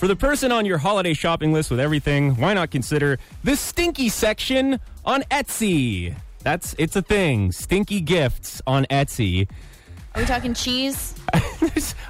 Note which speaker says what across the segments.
Speaker 1: For the person on your holiday shopping list with everything, why not consider the stinky section on Etsy? That's it's a thing. Stinky gifts on Etsy.
Speaker 2: Are we talking cheese?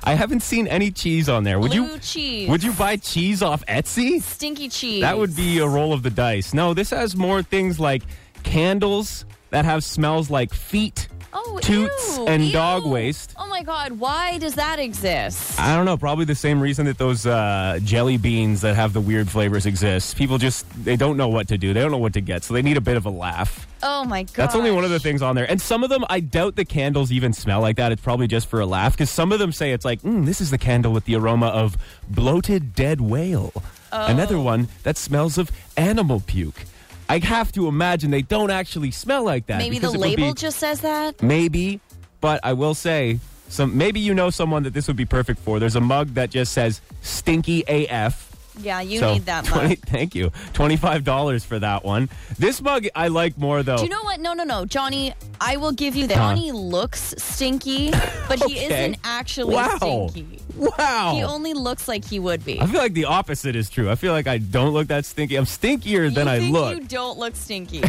Speaker 1: I haven't seen any cheese on there. Would
Speaker 2: Blue
Speaker 1: you
Speaker 2: cheese.
Speaker 1: Would you buy cheese off Etsy?
Speaker 2: Stinky cheese.
Speaker 1: That would be a roll of the dice. No, this has more things like candles that have smells like feet,
Speaker 2: oh,
Speaker 1: toots,
Speaker 2: ew,
Speaker 1: and
Speaker 2: ew.
Speaker 1: dog waste.
Speaker 2: Oh my God! Why does that exist?
Speaker 1: I don't know. Probably the same reason that those uh, jelly beans that have the weird flavors exist. People just they don't know what to do. They don't know what to get, so they need a bit of a laugh.
Speaker 2: Oh my God!
Speaker 1: That's only one of the things on there. And some of them, I doubt the candles even smell like that. It's probably just for a laugh because some of them say it's like, mm, this is the candle with the aroma of bloated dead whale.
Speaker 2: Oh.
Speaker 1: Another one that smells of animal puke. I have to imagine they don't actually smell like that.
Speaker 2: Maybe the
Speaker 1: because it would be-
Speaker 2: label just says that.
Speaker 1: maybe, but I will say some maybe you know someone that this would be perfect for. There's a mug that just says stinky AF.
Speaker 2: Yeah, you
Speaker 1: So,
Speaker 2: need that
Speaker 1: 20
Speaker 2: much.
Speaker 1: Thank you. $25 for that one. This mug I like more though.
Speaker 2: Do you know what? No, no, no, Johnny. I will give you that.
Speaker 1: Huh.
Speaker 2: Johnny looks stinky, but he
Speaker 1: Okay.
Speaker 2: isn't actually
Speaker 1: wow.
Speaker 2: stinky.
Speaker 1: Wow.
Speaker 2: He only looks like he would be.
Speaker 1: I feel like the opposite is true. I feel like I don't look that stinky. I'm stinkier than
Speaker 2: you
Speaker 1: I
Speaker 2: think
Speaker 1: look.
Speaker 2: You don't look stinky.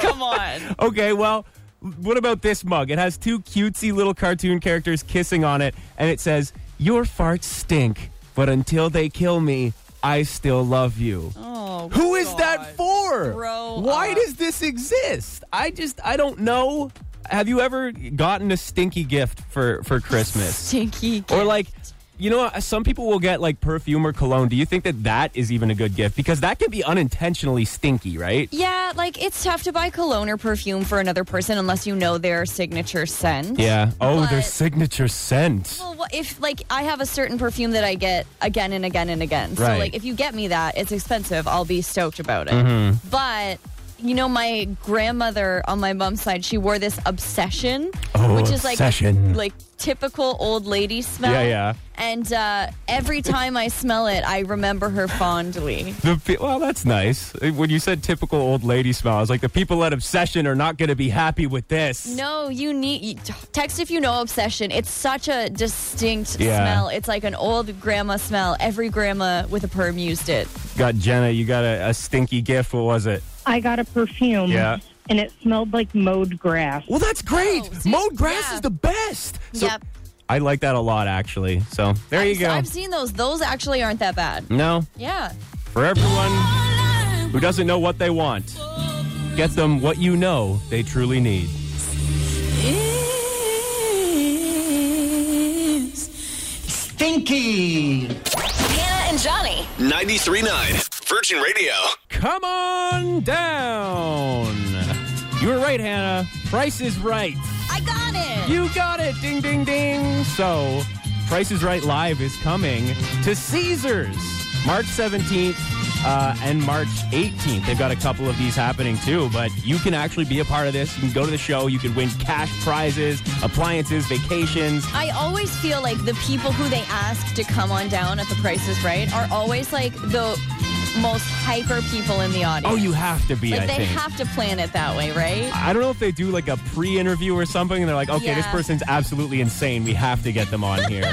Speaker 2: Come on.
Speaker 1: Okay, well, what about this mug? It has two cutesy little cartoon characters kissing on it, and it says, Your farts stink, but until they kill me, I still love you.
Speaker 2: Oh,
Speaker 1: Who is
Speaker 2: God.
Speaker 1: that for?
Speaker 2: Grow
Speaker 1: Why
Speaker 2: up.
Speaker 1: does this exist? I just, I don't know. Have you ever gotten a stinky gift for, for Christmas?
Speaker 2: Stinky.
Speaker 1: Or like, you know, some people will get like perfume or cologne. Do you think that that is even a good gift? Because that can be unintentionally stinky, right?
Speaker 2: Yeah, like it's tough to buy cologne or perfume for another person unless you know their signature scent.
Speaker 1: Oh,
Speaker 2: But-
Speaker 1: their signature scent.
Speaker 2: Well, what- if like I have a certain perfume that I get again and again and again. So
Speaker 1: Right.
Speaker 2: like if you get me that, it's expensive. I'll be stoked about it.
Speaker 1: Mm-hmm.
Speaker 2: But you know, my grandmother on my mom's side, she wore this obsession,
Speaker 1: Oh,
Speaker 2: which is like
Speaker 1: obsession.
Speaker 2: like typical old lady smell.
Speaker 1: Yeah, yeah.
Speaker 2: And uh, every time I smell it, I remember her fondly.
Speaker 1: The pe- well, that's nice. Uh, When you said typical old lady smell, I was like, the people at Obsession are not going to be happy with this.
Speaker 2: No, you need you- t- text if you know obsession. It's such a distinct
Speaker 1: Yeah.
Speaker 2: smell. It's like an old grandma smell. Every grandma with a perm used it.
Speaker 1: Got Jenna, you got a, a stinky gift. What was it?
Speaker 3: I got a perfume.
Speaker 1: Yeah.
Speaker 3: And it smelled like mowed grass.
Speaker 1: Well, that's great.
Speaker 2: Oh, see,
Speaker 1: Mowed grass
Speaker 2: yeah.
Speaker 1: is the best.
Speaker 2: Yep.
Speaker 1: I like that a lot, actually. So there you go.
Speaker 2: I've seen those. Those actually aren't that bad.
Speaker 1: no,
Speaker 2: Yeah.
Speaker 1: for everyone. who doesn't know what they want. Get them what you know they truly need.
Speaker 4: Stinky.
Speaker 5: Hannah and Johnny.
Speaker 6: 93.9 Virgin Radio.
Speaker 1: Come on down. You were right, Hannah. Price is right.
Speaker 2: I got it.
Speaker 1: You got it. Ding, ding, ding. So, Price is Right Live is coming to Caesars March 17th uh, and March 18th. They've got a couple of these happening too, but you can actually be a part of this. You can go to the show. You can win cash prizes, appliances, vacations.
Speaker 2: I always feel like the people who they ask to come on down at the prices right are always like the most hyper people in the audience.
Speaker 1: Oh, you have to be,
Speaker 2: like
Speaker 1: I
Speaker 2: they
Speaker 1: think.
Speaker 2: have to plan it that way, right?
Speaker 1: I don't know if they do like a pre-interview or something, and they're like, "Okay, this
Speaker 2: Yeah.
Speaker 1: person's absolutely insane. We have to get them on here."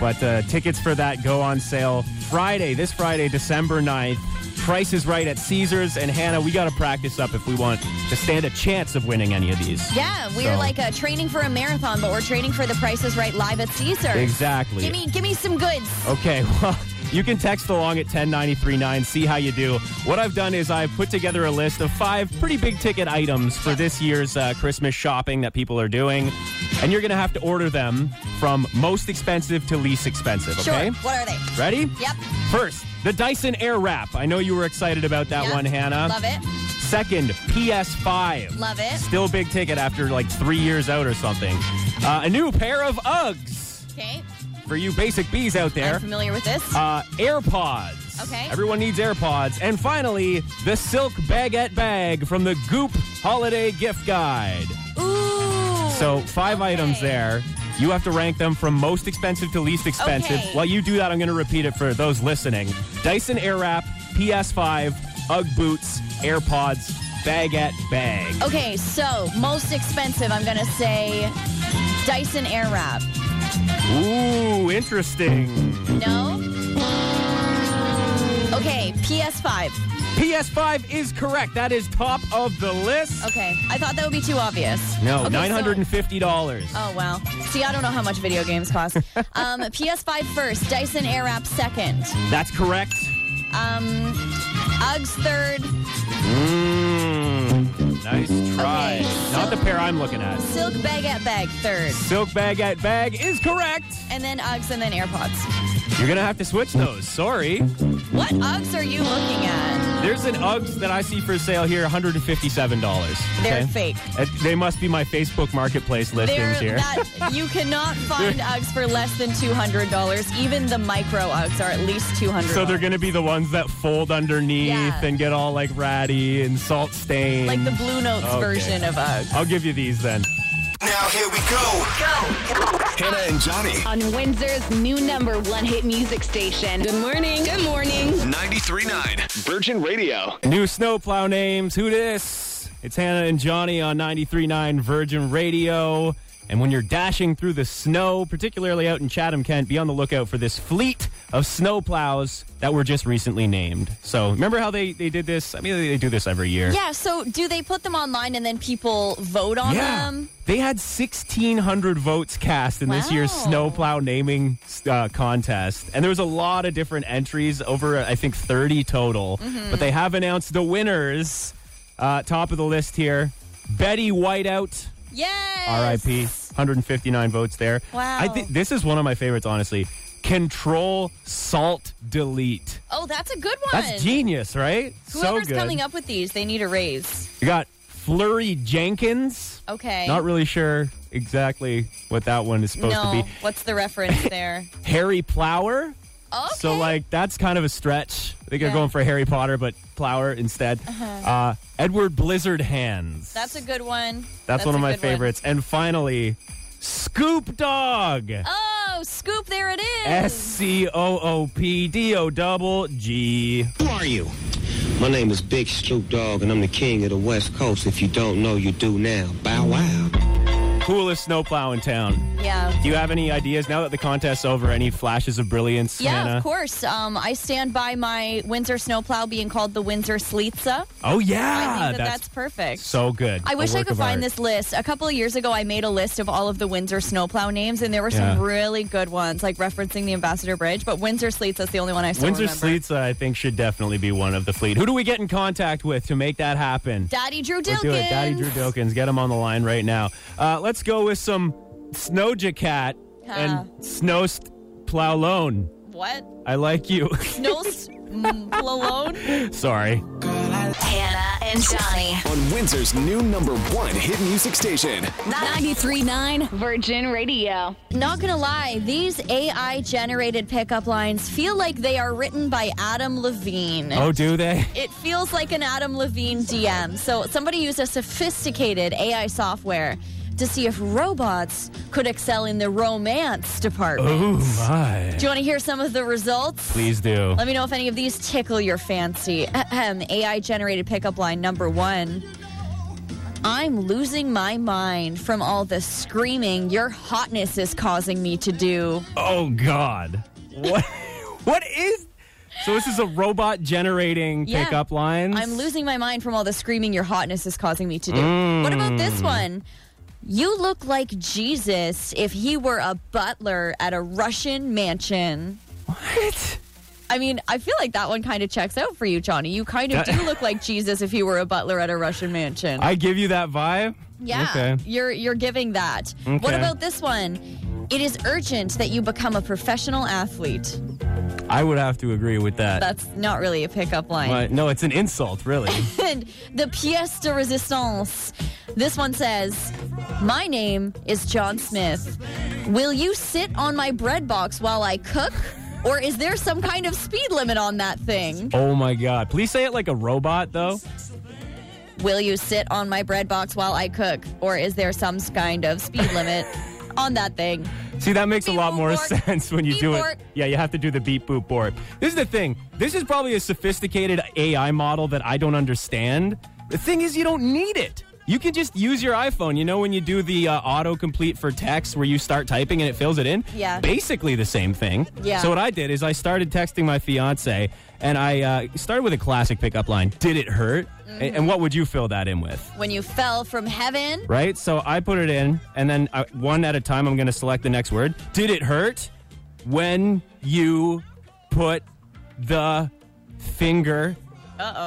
Speaker 1: but uh, tickets for that go on sale Friday, this Friday, December 9th. Price is right at Caesars, and Hannah, we got to practice up if we want to stand a chance of winning any of these.
Speaker 2: Yeah, we're
Speaker 1: So-
Speaker 2: like uh, training for a marathon, but we're training for the prices right live at Caesar.
Speaker 1: Exactly.
Speaker 2: Give me, give me some goods.
Speaker 1: Okay, well, you can text along at 10939, see how you do. What I've done is I've put together a list of five pretty big ticket items for this year's uh, Christmas shopping that people are doing. And you're going to have to order them from most expensive to least expensive,
Speaker 2: Sure.
Speaker 1: okay?
Speaker 2: What are they?
Speaker 1: Ready?
Speaker 2: Yep.
Speaker 1: First, the Dyson Air Wrap. I know you were excited about that
Speaker 2: Yeah.
Speaker 1: one, Hannah.
Speaker 2: Love it.
Speaker 1: Second, PS5.
Speaker 2: Love it.
Speaker 1: Still big ticket after like three years out or something. Uh, a new pair of Uggs
Speaker 2: Okay.
Speaker 1: for you basic bees out there
Speaker 2: I'm familiar with this.
Speaker 1: uh, AirPods.
Speaker 2: Okay.
Speaker 1: Everyone needs AirPods. And finally, the silk baguette bag from the Goop Holiday Gift Guide.
Speaker 2: Ooh.
Speaker 1: So, five
Speaker 2: okay.
Speaker 1: items there. You have to rank them from most expensive to least expensive.
Speaker 2: Okay.
Speaker 1: While you do that, I'm going to repeat it for those listening Dyson Airwrap, PS5, Ugg Boots, AirPods, baguette bag.
Speaker 2: Okay, so most expensive, I'm gonna say Dyson Airwrap.
Speaker 1: Ooh, interesting.
Speaker 2: No? PS5.
Speaker 1: PS5 is correct. That is top of the list.
Speaker 2: Okay. I thought that would be too obvious.
Speaker 1: No,
Speaker 2: Okay, so-
Speaker 1: $950.
Speaker 2: Oh wow! See, I don't know how much video games cost. um, PS5 first, Dyson Airwrap second,
Speaker 1: That's correct.
Speaker 2: um, Uggs third,
Speaker 1: Mm, nice try.
Speaker 2: Okay,
Speaker 1: Not
Speaker 2: so-
Speaker 1: the pair I'm looking at.
Speaker 2: Silk Baguette bag third,
Speaker 1: Silk bag at bag is correct.
Speaker 2: and then Uggs and then AirPods.
Speaker 1: You're gonna have to switch those. Sorry.
Speaker 2: What Uggs are you looking at?
Speaker 1: There's an Uggs that I see for sale here, $157.
Speaker 2: They're
Speaker 1: okay?
Speaker 2: fake.
Speaker 1: Uh, They must be my Facebook Marketplace
Speaker 2: They're
Speaker 1: listings here.
Speaker 2: that you cannot find Uggs for less than two hundred dollars. Even the micro Uggs are at least two hundred.
Speaker 1: so they're gonna be the ones that fold underneath
Speaker 2: Yeah.
Speaker 1: and get all like ratty and salt stained.
Speaker 2: like the Blue Notes
Speaker 1: Okay.
Speaker 2: version of Uggs.
Speaker 1: I'll give you these then.
Speaker 6: Now here we go. Hannah and Johnny,
Speaker 5: On Windsor's new number one hit music station. Good morning. Good morning.
Speaker 6: 93.9 Virgin Radio.
Speaker 1: New snowplow names. Who dis? It's Hannah and Johnny on 93.9 Virgin Radio. And when you're dashing through the snow, particularly out in Chatham, Kent, be on the lookout for this fleet of snowplows that were just recently named. So remember how they, they did this? I mean, they do this every year.
Speaker 2: Yeah. So do they put them online and then people vote on
Speaker 1: Yeah.
Speaker 2: them?
Speaker 1: They had 1,600 votes cast in this year's
Speaker 2: Wow.
Speaker 1: snowplow naming uh, contest. And there was a lot of different entries, over, I think, 30 total.
Speaker 2: Mm-hmm.
Speaker 1: But they have announced the winners. Uh, top of the list here Betty Whiteout,
Speaker 2: Yes.
Speaker 1: RIP, 159 votes there.
Speaker 2: Wow.
Speaker 1: I thi- this is one of my favorites, honestly. Control, salt, delete.
Speaker 2: Oh, that's a good one.
Speaker 1: That's genius, right?
Speaker 2: Whoever's
Speaker 1: so good.
Speaker 2: coming up with these, they need a raise.
Speaker 1: You got Flurry Jenkins.
Speaker 2: Okay.
Speaker 1: Not really sure exactly what that one is supposed
Speaker 2: no.
Speaker 1: to be.
Speaker 2: What's the reference there?
Speaker 1: Harry Plower.
Speaker 2: Okay.
Speaker 1: So like that's kind of a stretch. I think they're
Speaker 2: Yeah. Uh-huh.
Speaker 1: going for Harry Potter, but Plower instead. uh Edward Blizzard Hands.
Speaker 2: that's a good one.
Speaker 1: That's, one
Speaker 2: a
Speaker 1: of my
Speaker 2: good one.
Speaker 1: favorites. And finally, Scoop Dog.
Speaker 2: Oh, scoop! There it is.
Speaker 1: S C O O P D O double G.
Speaker 4: Who are you?
Speaker 7: My name is Big Snoop Dogg, and I'm the king of the West Coast. If you don't know, you do now. Bow wow.
Speaker 1: Coolest snowplow in town.
Speaker 2: Yeah.
Speaker 1: Do you have any ideas now that the contest's over? Any flashes of brilliance,
Speaker 2: Yeah,
Speaker 1: Hannah?
Speaker 2: of course. Um, I stand by my Windsor snowplow being called the Windsor Sleetza.
Speaker 1: Oh yeah,
Speaker 2: I think that that's, perfect.
Speaker 1: so good.
Speaker 2: I
Speaker 1: A
Speaker 2: wish I
Speaker 1: work
Speaker 2: could
Speaker 1: of
Speaker 2: find
Speaker 1: art.
Speaker 2: this list. A couple of years ago, I made a list of all of the Windsor snowplow names, and there were some
Speaker 1: Yeah.
Speaker 2: really good ones, like referencing the Ambassador Bridge. But Windsor Sleetza's the only one I still
Speaker 1: Windsor
Speaker 2: remember.
Speaker 1: Sleetza, I think, should definitely be one of the fleet. Who do we get in contact with to make that happen?
Speaker 2: Daddy Drew Dilkins.
Speaker 1: Let's do it. Daddy Drew Dilkins. Get him on the line right now. Uh, let's go with some Snowjacat
Speaker 2: Huh.
Speaker 1: and Snowst Plowlone.
Speaker 2: What?
Speaker 1: I like you.
Speaker 2: Nose Malone?
Speaker 1: Sorry.
Speaker 5: Hannah and Johnny.
Speaker 6: On Windsor's new number one hit music station.
Speaker 5: 93.9 Virgin Radio.
Speaker 2: Not gonna lie, these AI generated pickup lines feel like they are written by Adam Levine.
Speaker 1: Oh, do they?
Speaker 2: It feels like an Adam Levine DM. So somebody used a sophisticated AI software to see if robots could excel in the romance department.
Speaker 1: Oh, my.
Speaker 2: Do you want to hear some of the results?
Speaker 1: Please do.
Speaker 2: Let me know if any of these tickle your fancy. Ahem. AI generated pickup line number one. I'm losing my mind from all the screaming your hotness is causing me to do.
Speaker 1: Oh, God. What? what is. So, this is a robot generating
Speaker 2: Yeah.
Speaker 1: pickup lines?
Speaker 2: I'm losing my mind from all the screaming your hotness is causing me to do. What about this one? You look like Jesus if he were a butler at a Russian mansion.
Speaker 1: What?
Speaker 2: I mean, I feel like that one kind of checks out for you, Johnny. You kind of
Speaker 1: Yeah.
Speaker 2: do look like Jesus if he were a butler at a Russian mansion.
Speaker 1: I give you that vibe?
Speaker 2: Yeah,
Speaker 1: Okay.
Speaker 2: you're you're giving that. What
Speaker 1: Okay.
Speaker 2: about this one? It is urgent that you become a professional athlete.
Speaker 1: I would have to agree with that.
Speaker 2: That's not really a pickup line.
Speaker 1: But no, it's an insult, really.
Speaker 2: And the pièce de résistance. This one says, "My name is John Smith. Will you sit on my bread box while I cook, or is there some kind of speed limit on that thing?
Speaker 1: oh my god. Please say it like a robot though.
Speaker 2: Will you sit on my bread box while I cook, or is there some kind of speed limit on that thing?"
Speaker 1: See, that makes a
Speaker 2: Beep,
Speaker 1: lot
Speaker 2: boop,
Speaker 1: more
Speaker 2: bork.
Speaker 1: sense when you
Speaker 2: Beep,
Speaker 1: do
Speaker 2: bork.
Speaker 1: it. Yeah, you have to do the beep boop board. This is the thing. This is probably a sophisticated AI model that I don't understand. The thing is you don't need it. You can just use your iPhone. You know when you do the uh, autocomplete for text where you start typing and it fills it in?
Speaker 2: Yeah.
Speaker 1: Basically the same thing.
Speaker 2: Yeah.
Speaker 1: So what I did is I started texting my fiance and I uh, started with a classic pickup line. Did it hurt? A-
Speaker 2: Mm-hmm.
Speaker 1: And what would you fill that in with?
Speaker 2: When you fell from heaven,
Speaker 1: Right? So I put it in and then uh, one at a time I'm going to select the next word. Did it hurt when you put the finger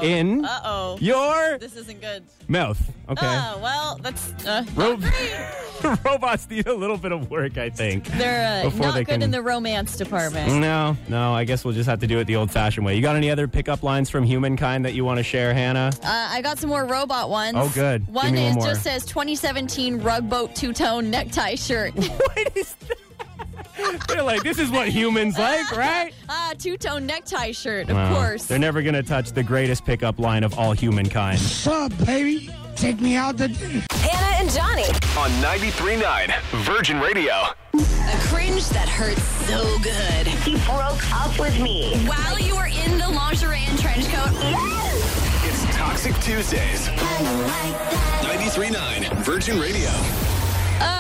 Speaker 1: in
Speaker 4: Uh-oh.
Speaker 1: your
Speaker 4: This isn't good.
Speaker 1: mouth? Okay.
Speaker 2: Oh,
Speaker 4: Ah, well, that's uh,
Speaker 1: Ro- robots need a little bit of work, I think.
Speaker 2: they're uh,
Speaker 1: Before
Speaker 2: not
Speaker 1: they
Speaker 2: good
Speaker 1: can- Mm.
Speaker 2: in the romance department.
Speaker 1: No, no, I guess we'll just have to do it the old fashioned way. You got any other pickup lines from humankind that you want to share, Hannah?
Speaker 2: Uh, I got some more robot ones.
Speaker 1: Oh, good. Give
Speaker 2: One
Speaker 1: me one
Speaker 2: is
Speaker 1: more.
Speaker 2: just says 2017 rug boat two tone necktie shirt.
Speaker 1: They're like, this is what humans like, right?
Speaker 2: ah, two tone necktie shirt, of
Speaker 1: Well,
Speaker 2: course.
Speaker 1: They're never going to touch the greatest pickup line of all humankind.
Speaker 5: Hannah and Johnny.
Speaker 6: On 93.9 Virgin Radio.
Speaker 5: A cringe that hurts so good.
Speaker 8: He broke up with me.
Speaker 5: While you were in the lingerie and trench coat,
Speaker 6: It's Toxic Tuesdays. 93.9 Virgin Radio.
Speaker 2: Oh,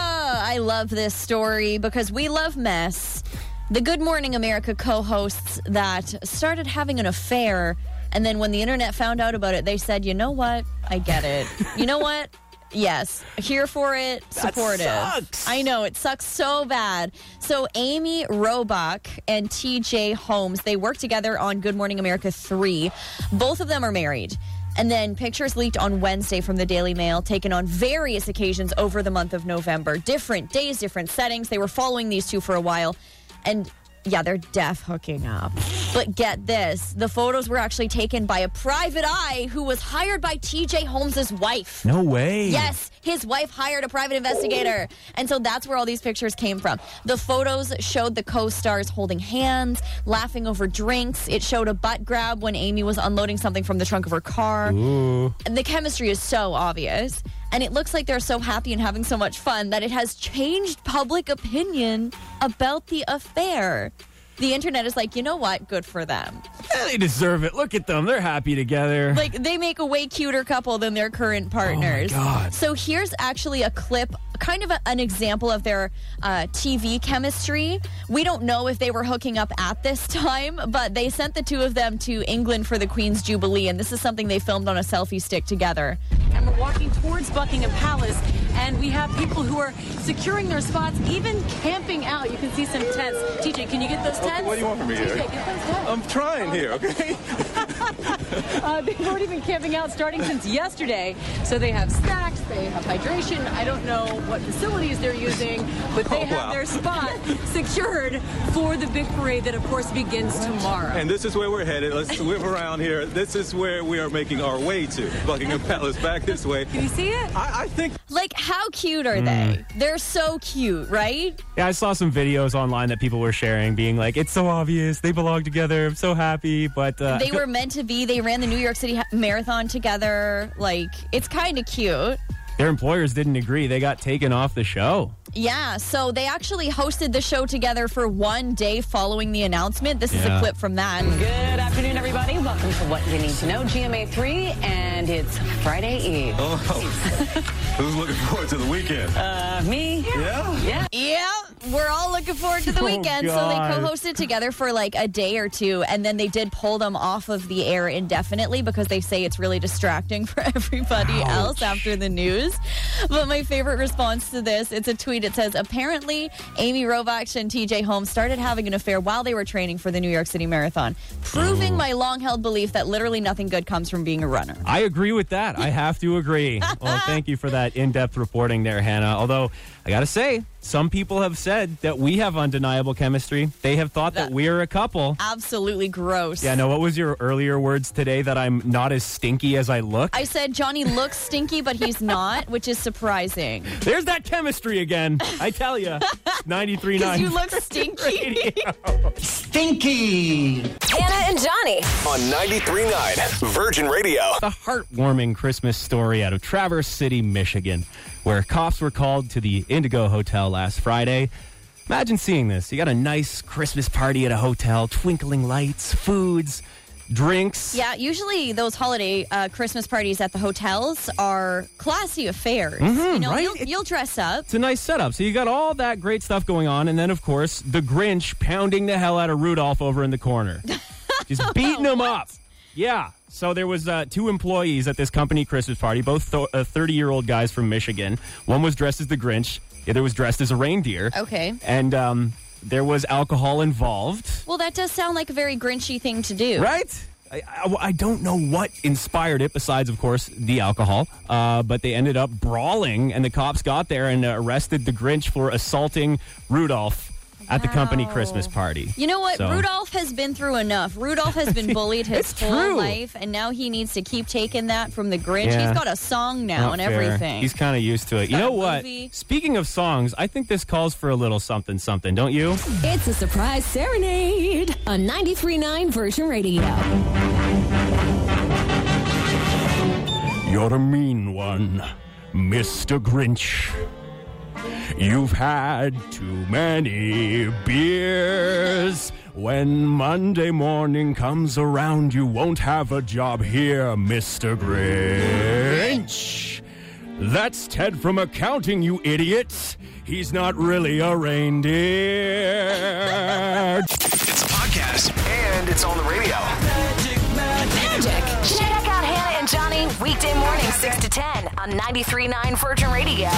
Speaker 2: I love this story because we love mess. The Good Morning America co hosts that started having an affair. And then when the internet found out about it, they said, you know what? I get it. You know what? Yes, here for it, supportive.
Speaker 1: sucks.
Speaker 2: I know it sucks so bad. So Amy Robach and TJ Holmes, they work together on Good Morning America 3. Both of them are married. And then pictures leaked on Wednesday from the Daily Mail, taken on various occasions over the month of November. Different days, different settings. They were following these two for a while. And yeah, they're deaf hooking up. But get this the photos were actually taken by a private eye who was hired by TJ Holmes' wife.
Speaker 1: No way.
Speaker 2: Yes, his wife hired a private investigator. And so that's where all these pictures came from. The photos showed the co stars holding hands, laughing over drinks. It showed a butt grab when Amy was unloading something from the trunk of her car. And the chemistry is so obvious. And it looks like they're so happy and having so much fun that it has changed public opinion about the affair. The internet is like, you know what? Good for them.
Speaker 1: Yeah, they deserve it. Look at them. They're happy together.
Speaker 2: Like they make a way cuter couple than their current partners.
Speaker 1: God.
Speaker 2: So here's actually a clip, kind of a, an example of their uh, TV chemistry. We don't know if they were hooking up at this time, but they sent the two of them to England for the Queen's Jubilee, and this is something they filmed on a selfie stick together.
Speaker 9: and we're walking towards Buckingham Palace. And we have people who are securing their spots, even camping out. You can see some tents. TJ, can you get those tents?
Speaker 10: what do you want from me
Speaker 9: TJ,
Speaker 10: here?
Speaker 9: get those tents.
Speaker 10: I'm trying here, okay?
Speaker 9: Uh, they've already been camping out starting since yesterday. So they have snacks, they have hydration. I don't know what facilities they're using, but they
Speaker 10: Oh,
Speaker 9: have
Speaker 10: wow.
Speaker 9: their spot secured for the big parade that, of course, begins tomorrow.
Speaker 10: And this is where we're headed. Let's whip around here. This is where we are making our way to Buckingham Palace. Back this way.
Speaker 9: can you see it?
Speaker 10: I, I think
Speaker 2: Like, how cute are they?
Speaker 10: Mm.
Speaker 2: They're so cute, right?
Speaker 1: Yeah, I saw some videos online that people were sharing, being like, "It's so obvious they belong together. I'm so happy." But uh,
Speaker 2: They were meant to be. They ran the New York City ha- Marathon together. Like, it's kind of cute.
Speaker 1: their employers didn't agree. They got taken off the show.
Speaker 2: Yeah, so they actually hosted the show together for one day following the announcement. This is a
Speaker 1: Yeah.
Speaker 2: clip from that.
Speaker 9: Good afternoon, everybody. Welcome to What You Need to Know, GMA3, and it's Friday Eve.
Speaker 10: who's oh, looking forward to the weekend.
Speaker 9: Uh, me?
Speaker 10: yeah?
Speaker 2: Yeah, we're all looking forward to the
Speaker 1: Oh,
Speaker 2: weekend. so
Speaker 1: God.
Speaker 2: they co-hosted together for like a day or two, and then they did pull them off of the air indefinitely because they say it's really distracting for everybody else after the news. But my favorite response to this, it's a tweet. It says, apparently Amy Robach and TJ Holmes started having an affair while they were training for the New York City Marathon, proving
Speaker 1: Oh.
Speaker 2: my long-held belief that literally nothing good comes from being a runner.
Speaker 1: I agree with that. I have to agree. well, thank you for that in-depth reporting there, Hannah. Although I gotta say, some people have said that we have undeniable chemistry. They have thought that,
Speaker 2: That-
Speaker 1: we're a couple.
Speaker 2: Absolutely gross.
Speaker 1: yeah. No. What was your earlier words today? That I'm not as stinky as I look.
Speaker 2: I said Johnny looks stinky, but he's not, which is surprising.
Speaker 1: There's that chemistry again. I tell you, ninety-three
Speaker 2: Because
Speaker 1: nine.
Speaker 2: you look stinky.
Speaker 5: Hannah and Johnny.
Speaker 6: On 93.9 Virgin Radio.
Speaker 1: the heartwarming Christmas story out of Traverse City, Michigan, where cops were called to the Indigo Hotel last Friday. Imagine seeing this. You got a nice Christmas party at a hotel, twinkling lights, foods, drinks.
Speaker 2: Yeah, usually those holiday uh, Christmas parties at the hotels are classy affairs. you know,
Speaker 1: Mm-hmm, right?
Speaker 2: you'll, you'll dress up.
Speaker 1: It's a nice setup. So you got all that great stuff going on, and then of course the Grinch pounding the hell out of Rudolph over in the corner, just beating him up. Yeah. So there was uh, two employees at this company Christmas party, both uh, thirty-year-old guys from Michigan. One was dressed as the Grinch. The other was dressed as a reindeer.
Speaker 2: Okay.
Speaker 1: And um, there was alcohol involved.
Speaker 2: Well, that does sound like a very Grinchy thing to do.
Speaker 1: Right? I, I, I don't know what inspired it, besides, of course, the alcohol. Uh, but they ended up brawling, and the cops got there and uh, arrested the Grinch for assaulting Rudolph at the company
Speaker 2: Wow.
Speaker 1: Christmas party.
Speaker 2: You know what?
Speaker 1: So-
Speaker 2: Rudolph has been through enough. Rudolph has been bullied his
Speaker 1: It's
Speaker 2: whole
Speaker 1: true.
Speaker 2: life, and now he needs to keep taking that from the Grinch.
Speaker 1: Yeah.
Speaker 2: He's got a song now
Speaker 1: Not
Speaker 2: and
Speaker 1: fair.
Speaker 2: everything.
Speaker 1: He's kind of used to it. You
Speaker 2: got
Speaker 1: know
Speaker 2: a
Speaker 1: what?
Speaker 2: movie.
Speaker 1: Speaking of songs, I think this calls for a little something something, don't you?
Speaker 5: It's a surprise serenade on 93.9 Virgin Radio.
Speaker 1: You're a mean one, Mr. Grinch. You've had too many beers. When Monday morning comes around, you won't have a job here, Mr. Grinch. That's Ted from accounting, you idiots. He's not really a reindeer.
Speaker 6: It's a podcast and it's on the radio.
Speaker 5: Magic.
Speaker 8: Check out Hannah and Johnny weekday morning, 6 to 10 on 93.9 Virgin Radio.